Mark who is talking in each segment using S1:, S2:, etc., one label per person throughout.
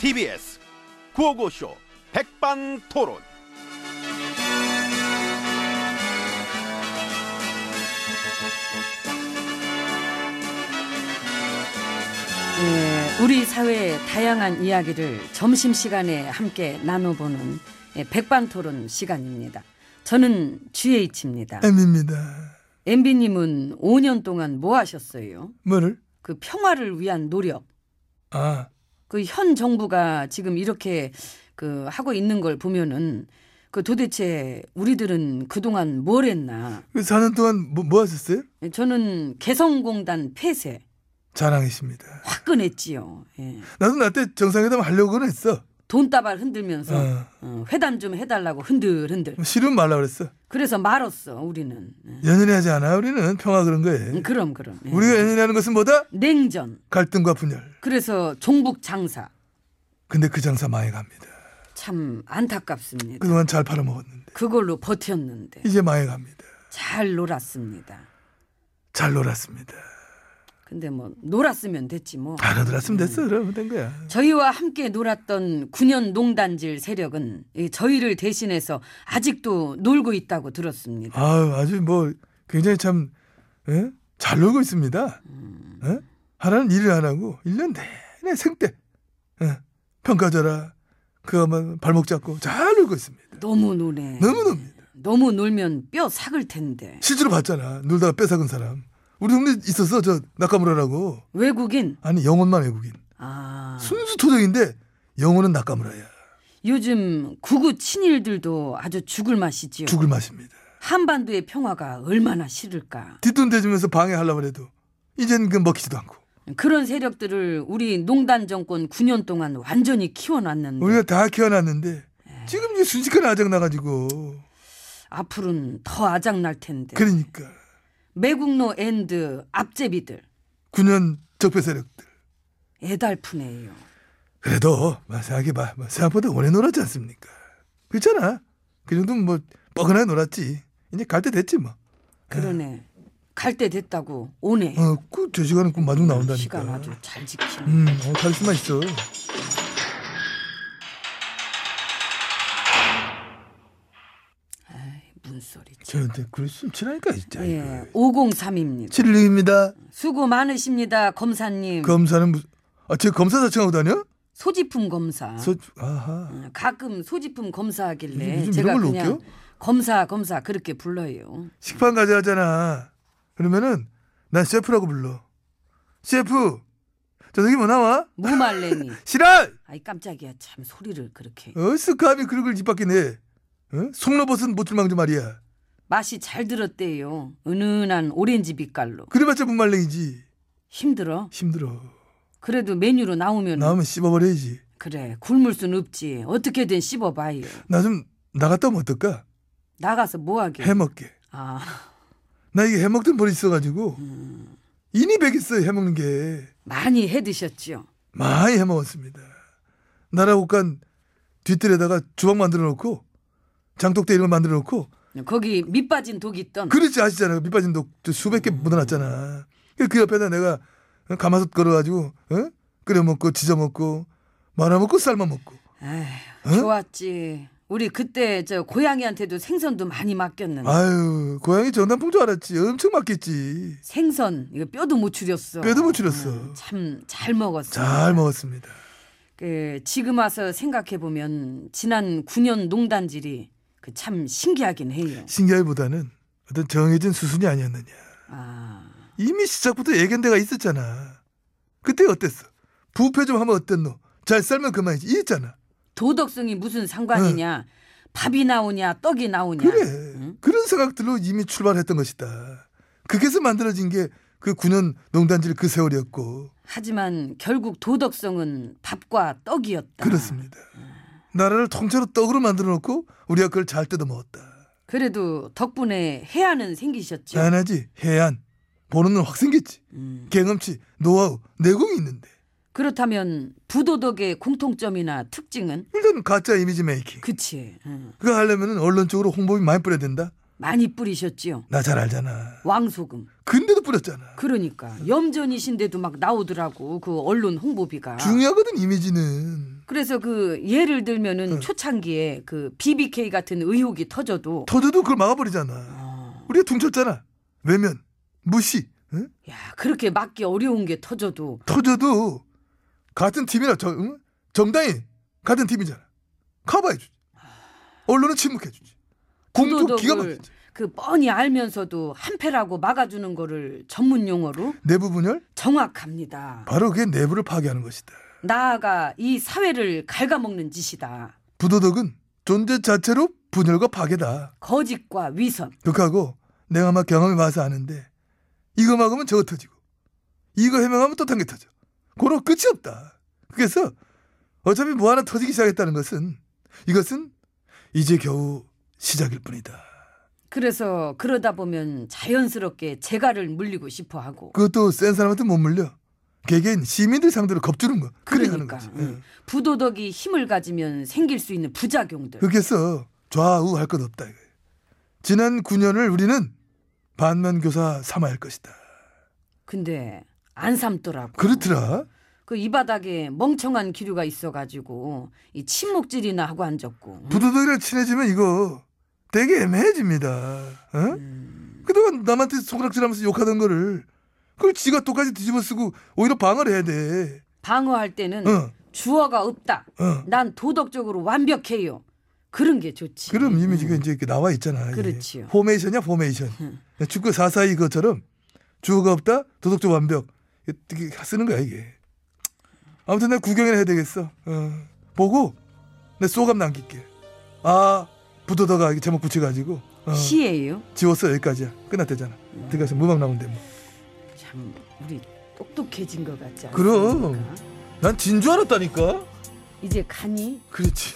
S1: TBS 구호고쇼 백반토론.
S2: 예, 우리 사회의 다양한 이야기를 점심시간에 함께 나눠보는 예, 백반토론 시간입니다. 저는 GH입니다.
S3: M입니다.
S2: MB님은 5년 동안 뭐 하셨어요?
S3: 뭐를?
S2: 그 평화를 위한 노력.
S3: 아,
S2: 그 현 정부가 지금 이렇게 그 하고 있는 걸 보면은 그 도대체 우리들은 그동안 뭘 했나.
S3: 그 4년 동안 뭐, 뭐 하셨어요?
S2: 예, 저는 개성공단 폐쇄
S3: 자랑이십니다.
S2: 화끈했지요. 예.
S3: 나도 나 때 정상회담 하려고는 했어.
S2: 돈다발 흔들면서
S3: 어.
S2: 어, 회담 좀 해달라고 흔들흔들.
S3: 뭐 싫으면 말라 그랬어.
S2: 그래서 말았어 우리는. 예.
S3: 연연해 하지 않아. 우리는 평화 그런 거예요.
S2: 음, 그럼 그럼. 예.
S3: 우리가 연연하는 것은 뭐다?
S2: 냉전.
S3: 갈등과 분열.
S2: 그래서 종북 장사
S3: 근데 그 장사 망해갑니다.
S2: 참 안타깝습니다.
S3: 그동안 잘 팔아먹었는데
S2: 그걸로 버텼는데
S3: 이제 망해갑니다.
S2: 잘 놀았습니다.
S3: 잘 놀았습니다.
S2: 근데 뭐 놀았으면 됐지 뭐. 음.
S3: 알아 들었으면 됐어. 그러면 된 거야.
S2: 저희와 함께 놀았던 9년 농단질 세력은 이 저희를 대신해서 아직도 놀고 있다고 들었습니다.
S3: 아유, 아주 뭐 굉장히 참 예? 잘 놀고 있습니다. 예? 하라는 일을 안 하고 1년 내내 생떼 예? 평가 줘라. 그거만 발목 잡고 잘 놀고 있습니다.
S2: 너무 노네.
S3: 너무 놉니다.
S2: 너무 놀면 뼈 삭을 텐데.
S3: 실제로 봤잖아. 놀다가 뺏어간 사람. 우리 동네 있었어. 저 나카무라라고.
S2: 외국인
S3: 아니 영혼만 외국인.
S2: 아
S3: 순수 토종인데 영혼은 나카무라야.
S2: 요즘 구구 친일들도 아주 죽을 맛이지요.
S3: 죽을 맛입니다.
S2: 한반도의 평화가 얼마나 싫을까.
S3: 뒷돈 대주면서 방해하려고 해도 이젠 그 먹히지도 않고.
S2: 그런 세력들을 우리 농단 정권 9년 동안 완전히 키워놨는데
S3: 우리가 다 키워놨는데 지금 이제 순식간에 아작 나가지고
S2: 앞으로는 더 아작날 텐데.
S3: 그러니까
S2: 매국노 앤드 앞제비들
S3: 9년 적폐 세력들
S2: 애달프네요.
S3: 그래도 뭐 생각해봐 뭐 생각보다 오래 놀았지 않습니까 그렇잖아 그 정도면 뭐 뻐근하게 놀았지 이제 갈 때 됐지 뭐
S2: 그러네. 갈 때 됐다고 오네.
S3: 어, 그저 시간은 꼭 마중
S2: 시간
S3: 나온다니까
S2: 아주 잘 지키네.
S3: 음, 어, 카리스마 있어
S2: 무슨 소리지?
S3: 저한테 그럴 수 없으니까 진짜
S2: 예, 음.
S3: 예.
S2: 503입니다.
S3: 716입니다
S2: 수고 많으십니다, 검사님.
S3: 검사는 무슨 아, 제 검사 자칭하고 다녀?
S2: 소지품 검사.
S3: 소... 아하
S2: 어, 가끔 소지품 검사하길래
S3: 요즘
S2: 제가
S3: 이런 걸로
S2: 그냥
S3: 웃겨?
S2: 검사 검사 그렇게 불러요.
S3: 식판 가져가잖아 그러면은 난 셰프라고 불러 셰프 저녁에 뭐 나와?
S2: 무말랭이.
S3: 싫어!
S2: 아이 깜짝이야 참 소리를 그렇게.
S3: 어디서 감히 그런 걸입 밖에 내? 어? 송로버섯은 못줄망주 말이야.
S2: 맛이 잘 들었대요. 은은한 오렌지 빛깔로.
S3: 그래봤자 분말랭이지.
S2: 힘들어.
S3: 힘들어.
S2: 그래도 메뉴로 나오면
S3: 나오면 씹어버려야지.
S2: 그래 굶을 순 없지. 어떻게든 씹어봐요.
S3: 나 좀 나갔다 오면 어떨까?
S2: 나가서 뭐하게?
S3: 해먹게.
S2: 아
S3: 나 이게 해먹던 버릇 있어가지고 인이 배겠어 해먹는 게.
S2: 많이 해드셨죠.
S3: 많이 해먹었습니다. 나라 옷간 뒤뜰에다가 주방 만들어 놓고 장독대 이런 거 만들어 놓고
S2: 거기 밑 빠진 독이 있던
S3: 그렇지 아시잖아요. 밑빠진 독 수백 개 묻어놨잖아. 그 옆에다 내가 어, 가마솥 걸어가지고 어? 끓여 먹고 지져 먹고 말아 먹고 삶아 먹고.
S2: 에휴, 좋았지. 우리 그때 저 고양이한테도 생선도 많이 맡겼는데
S3: 아유 고양이 전단풍 줄 알았지. 엄청 맞겠지.
S2: 생선 이거 뼈도 못 추렸어. 음,
S3: 뼈도 못 추렸어.
S2: 참 잘 먹었어.
S3: 잘 먹었습니다.
S2: 그 지금 와서 생각해 보면 지난 9년 농단질이 그 참 신기하긴 해요.
S3: 신기하기보다는 어떤 정해진 수순이 아니었느냐.
S2: 아,
S3: 이미 시작부터 예견대가 있었잖아. 그때 어땠어? 부패 좀 하면 어땠노? 잘 살면 그만이지. 이랬잖아.
S2: 도덕성이 무슨 상관이냐? 밥이 나오냐, 떡이 나오냐?
S3: 네. 그래.
S2: 예. 응?
S3: 그런 생각들로 이미 출발했던 것이다. 그게서 만들어진 게 그 9년 농단질 그 세월이었고
S2: 아, 하지만 결국 도덕성은 밥과 떡이었다.
S3: 그렇습니다. 나라를 통째로 떡으로 만들어 놓고 우리가 그걸 잘 뜯어 먹었다.
S2: 그래도 덕분에 해안은 생기셨죠.
S3: 안하지 해안 보는 눈확 생겼지.
S2: 음.
S3: 경험치, 노하우, 내공이 있는데
S2: 그렇다면 부도덕의 공통점이나 특징은
S3: 일단 가짜 이미지 메이킹.
S2: 그치 응.
S3: 그거 하려면 언론 쪽으로 홍보비 많이 뿌려야 된다.
S2: 많이 뿌리셨지요.
S3: 나 잘 알잖아.
S2: 왕소금.
S3: 근데도 뿌렸잖아.
S2: 그러니까 염전이신데도 막 나오더라고 그 언론 홍보비가.
S3: 중요하거든 이미지는.
S2: 그래서 그 예를 들면은 초창기에 그 BBK 같은 의혹이 터져도
S3: 터져도 그걸 막아버리잖아.
S2: 어,
S3: 우리가 퉁쳤잖아. 외면, 무시, 응?
S2: 야 그렇게 막기 어려운 게 터져도
S3: 터져도 같은 팀이라 정, 응? 정당이 같은 팀이잖아. 커버해주지. 언론은 침묵해주지. 공조 기가
S2: 부도덕을
S3: 막히지.
S2: 그 뻔히 알면서도 한패라고 막아주는 거를 전문 용어로
S3: 내부 분열?
S2: 정확합니다.
S3: 바로 그게 내부를 파괴하는 것이다.
S2: 나아가 이 사회를 갉아먹는 짓이다.
S3: 부도덕은 존재 자체로 분열과 파괴다.
S2: 거짓과 위선.
S3: 극하고 내가 막 경험해 봐서 아는데 이거 막으면 저거 터지고 이거 해명하면 또 단계 터져. 그런 끝이 없다. 그래서 어차피 뭐 하나 터지기 시작했다는 것은 이것은 이제 겨우 시작일 뿐이다.
S2: 그래서 그러다 보면 자연스럽게 재갈을 물리고 싶어 하고
S3: 그것도 센 사람한테 못 물려. 개개인 시민들 상대로 겁주는 거. 그래 하는
S2: 그러니까,
S3: 거지.
S2: 응. 부도덕이 힘을 가지면 생길 수 있는 부작용들.
S3: 예. 그래서 좌우 할 것 없다. 이거예요. 지난 9년을 우리는 반면교사 삼아야 할 것이다.
S2: 근데 안 삼더라고.
S3: 그렇더라.
S2: 그 이 바닥에 멍청한 기류가 있어가지고 이 침묵질이나 하고 앉았고.
S3: 부도덕이랑 친해지면 이거 되게 애매해집니다. 어?
S2: 음.
S3: 그동안 남한테 손가락질하면서 욕하던 거를 그걸 지가 똑같이 뒤집어 쓰고 오히려 방어를 해야 돼.
S2: 방어할 때는
S3: 어,
S2: 주어가 없다.
S3: 어.
S2: 난 도덕적으로 완벽해요. 그런 게 좋지.
S3: 그럼 이미지가 이제 이렇게 나와 있잖아. 이게.
S2: 음. 그렇지요. 음.
S3: 포메이션이야 포메이션. 축구 442 그것처럼 주어가 없다 도덕적 완벽 이렇게 쓰는 거야 이게. 아무튼 나 구경을 해야 되겠어. 어. 보고 내 소감 남길게. 아 부도덕아 이렇게 제목 붙여가지고 어.
S2: 시예요. 음.
S3: 지웠어 여기까지야 끝났대잖아. 들어가서 무방 나오면 돼. 뭐.
S2: 참 우리 똑똑해진 것 같지 않습니까?
S3: 그럼. 난 진 줄 알았다니까.
S2: 이제 가니?
S3: 그렇지.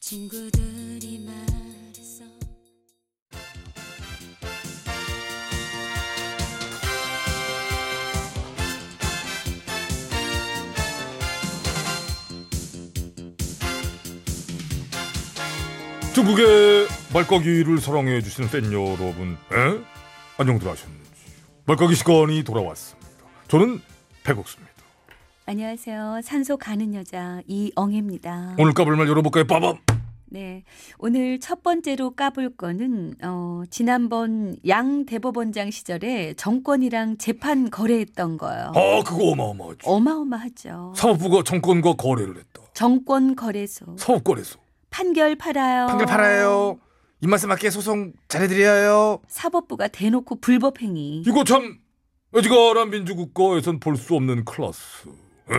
S4: 친구들이 말했어
S1: 중국의 말까기를 사랑해 주시는 팬 여러분, 에? 안녕들 하셨는지 말까기 시간이 돌아왔습니다. 저는 백옥수입니다.
S4: 안녕하세요 산소 가는 여자 이엉입니다
S1: 오늘 까불 말 열어볼까요? 빠밤.
S4: 네 오늘 첫 번째로 까볼 거는 어, 지난번 양 대법원장 시절에 정권이랑 재판 거래했던 거요
S1: 아 그거 어마어마하지.
S4: 어마어마하죠
S1: 사법부가 정권과 거래를 했다.
S4: 정권 거래소
S1: 사업거래소.
S4: 판결 팔아요
S1: 이 말씀 맞게 소송 잘해드려요.
S4: 사법부가 대놓고 불법 행위
S1: 이거 참 어지간한 민주국가에선 볼 수 없는 클라스. 에?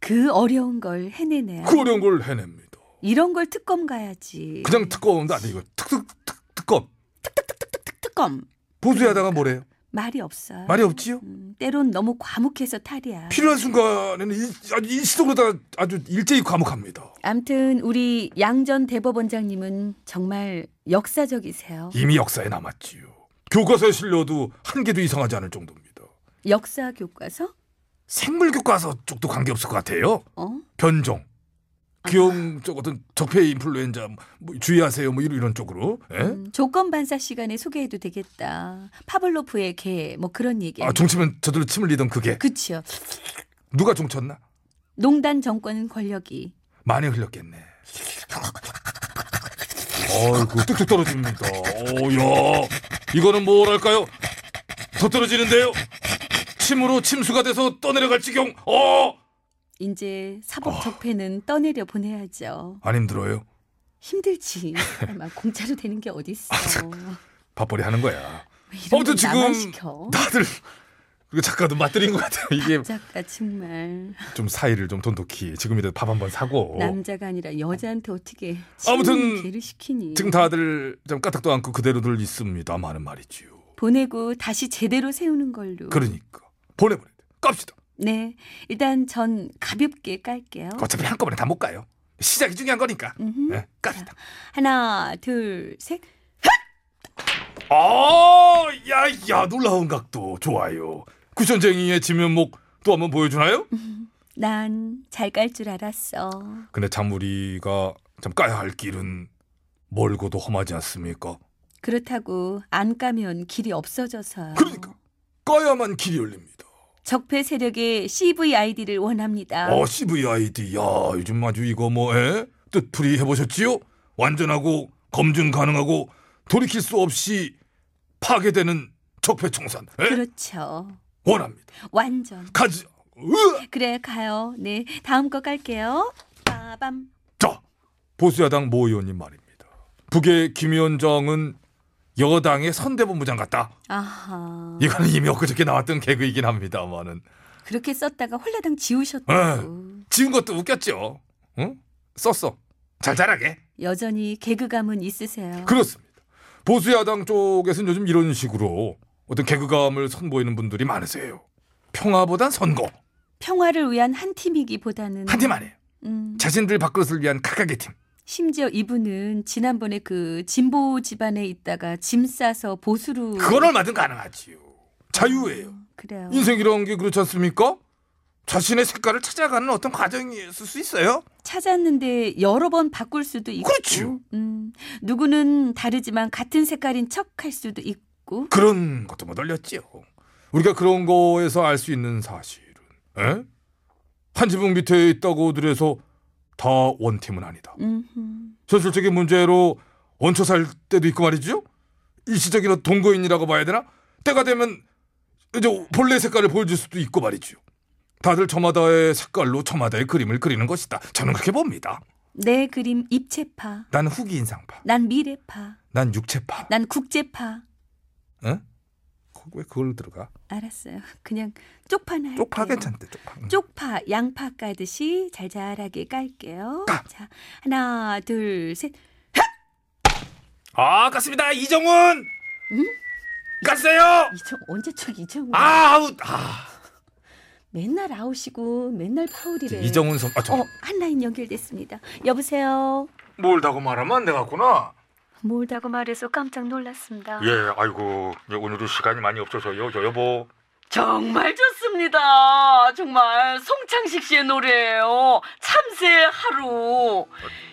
S4: 그 어려운 걸 해내네요
S1: 그 어려운 걸 해냅니다.
S4: 이런 걸 특검 가야지
S1: 그냥 특검도 아니고 특특특 특검.
S4: 특검
S3: 보수야당은 뭐래요?
S4: 말이 없어요
S3: 말이 없지요?
S4: 음, 때론 너무 과묵해서 탈이야.
S1: 필요한 순간에는 일, 아주 일시적으로다가 아주 일제히 과묵합니다.
S4: 암튼 우리 양전 대법원장님은 정말 역사적이세요.
S1: 이미 역사에 남았지요. 교과서에 실려도 한 개도 이상하지 않을 정도입니다.
S4: 역사 교과서?
S1: 생물 교과서 쪽도 관계 없을 것 같아요.
S2: 어?
S1: 변종, 기형 쪽 어떤 적폐 인플루엔자 뭐 주의하세요 뭐 이런 이런 쪽으로. 예?
S2: 음, 조건 반사 시간에 소개해도 되겠다. 파블로프의 개 뭐 그런 얘기.
S1: 아 종치면 저들로 침 흘리던 그게
S2: 그치요.
S1: 누가 종쳤나?
S2: 농단 정권은 권력이.
S1: 많이 흘렸겠네. 아이고 뚝뚝 떨어집니다. 오야 이거는 뭐랄까요? 더 떨어지는데요. 침으로 침수가 돼서 떠내려갈 지경. 어.
S2: 이제
S1: 아.
S2: 사법 적폐는 떠내려 보내야죠.
S1: 안 힘들어요.
S2: 힘들지. 아마 공짜로 되는 게
S1: 아,
S2: 어딨어.
S1: 밥벌이 하는 거야.
S2: 왜 이런
S1: 아무튼
S2: 걸 나만
S1: 어, 지금
S2: 시켜?
S1: 다들 그리고 작가도 맞들인 것 같아요. 이게
S2: 작가 정말
S1: 좀 사이를 좀 돈독히 지금이라도 밥 한 번 사고
S2: 남자가 아니라 여자한테 어떻게
S1: 어. 아무튼
S2: 아무튼 개를 시키니?
S1: 지금 다들 좀 까딱도 않고 그대로들 있습니다만은 말이지요.
S2: 보내고 다시 제대로 세우는 걸로.
S1: 그러니까 보내버려. 깝시다.
S2: 네, 일단 전 가볍게 깔게요.
S1: 어차피 한꺼번에 다 못 가요. 시작이 중요한 거니까.
S2: 음흠.
S1: 네, 깝시다.
S2: 하나, 둘, 셋.
S1: 아, 야, 야, 놀라운 각도 좋아요. 쿠션쟁이의 지면목 또 한번 보여주나요?
S2: 난 잘 깔 줄 알았어.
S1: 근데 참 우리가 참 까야 할 길은 멀고도 험하지 않습니까?
S2: 그렇다고 안 까면 길이 없어져서.
S1: 그러니까. 까야만 길이 열립니다.
S2: 적폐 세력의 CVID를 원합니다.
S1: 어, CVID. 야, 요즘 아주 이거 뭐, 에? 뜻풀이 해보셨지요? 완전하고 검증 가능하고 돌이킬 수 없이 파괴되는 적폐청산. 에?
S2: 그렇죠.
S1: 원합니다.
S2: 완전.
S1: 가지. 으아!
S2: 그래 가요. 네, 다음 거 깔게요. 빠밤.
S1: 자, 보수야당 모 의원님 말입니다. 북의 김 위원장은 여당의 선대본부장 같다.
S2: 아하.
S1: 이거는 이미 엊그저께 나왔던 개그이긴 합니다만은
S2: 그렇게 썼다가 홀라당 지우셨다고.
S1: 지운 것도 웃겼죠. 응? 썼어. 잘 자라게.
S2: 여전히 개그감은 있으세요.
S1: 그렇습니다. 보수야당 쪽에서는 요즘 이런 식으로 어떤 개그감을 선보이는 분들이 많으세요. 평화보단 선거.
S2: 평화를 위한 한 팀이기보다는
S1: 한 팀 아니에요.
S2: 음,
S1: 자신들 밥그릇을 위한 각각의 팀.
S2: 심지어 이분은 지난번에 그 진보 집안에 있다가 짐 싸서 보수로 음,
S1: 그건 얼마든 가능하지요. 자유예요.
S2: 그래요.
S1: 인생이라는 게 그렇지 않습니까? 자신의 색깔을 찾아가는 어떤 과정이 있을 수 있어요.
S2: 찾았는데 여러 번 바꿀 수도 있고
S1: 그렇죠.
S2: 음, 누구는 다르지만 같은 색깔인 척 할 수도 있고
S1: 그런 것도 못 올렸지요. 우리가 그런 거에서 알 수 있는 사실은 에? 한 지붕 밑에 있다고들 해서 다 원팀은 아니다.
S2: 음,
S1: 현실적인 문제로 얹혀 살 때도 있고 말이죠. 일시적인 어떤 동거인이라고 봐야 되나? 때가 되면 이제 본래 색깔을 보여줄 수도 있고 말이죠. 다들 저마다의 색깔로 저마다의 그림을 그리는 것이다. 저는 그렇게 봅니다.
S2: 내 그림 입체파
S1: 난 후기 인상파.
S2: 난 미래파
S1: 난 육체파.
S2: 난 국제파
S1: 응? 거- 왜 그걸 들어가?
S2: 알았어요 그냥 쪽파나 할게요.
S1: 쪽파 괜찮대. 쪽파.
S2: 네. 쪽파 양파 까듯이 잘잘하게 깔게요
S1: 까.
S2: 자 하나 둘셋
S1: 아, 갔습니다. 이정훈. 갔어요.
S2: 이정 언제 쪽 이정훈
S1: 아, 아웃. 아.
S2: 맨날 아웃이고 맨날 파울이래
S1: 이정훈 선. 아, 저.
S2: 어, 한 라인 연결됐습니다. 여보세요.
S1: 몰다고 말하면 안 되겠구나.
S2: 몰다고 말해서 깜짝 놀랐습니다.
S1: 예, 아이고 오늘도 시간이 많이 없어서요. 저 여보.
S5: 정말 좋습니다. 정말 송창식 씨의 노래예요. 참새의 하루.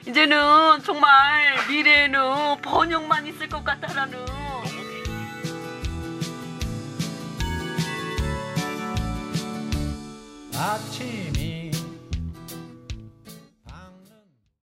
S5: 이제는 정말 미래에는 번영만 있을 것 같다라는.
S6: 아침이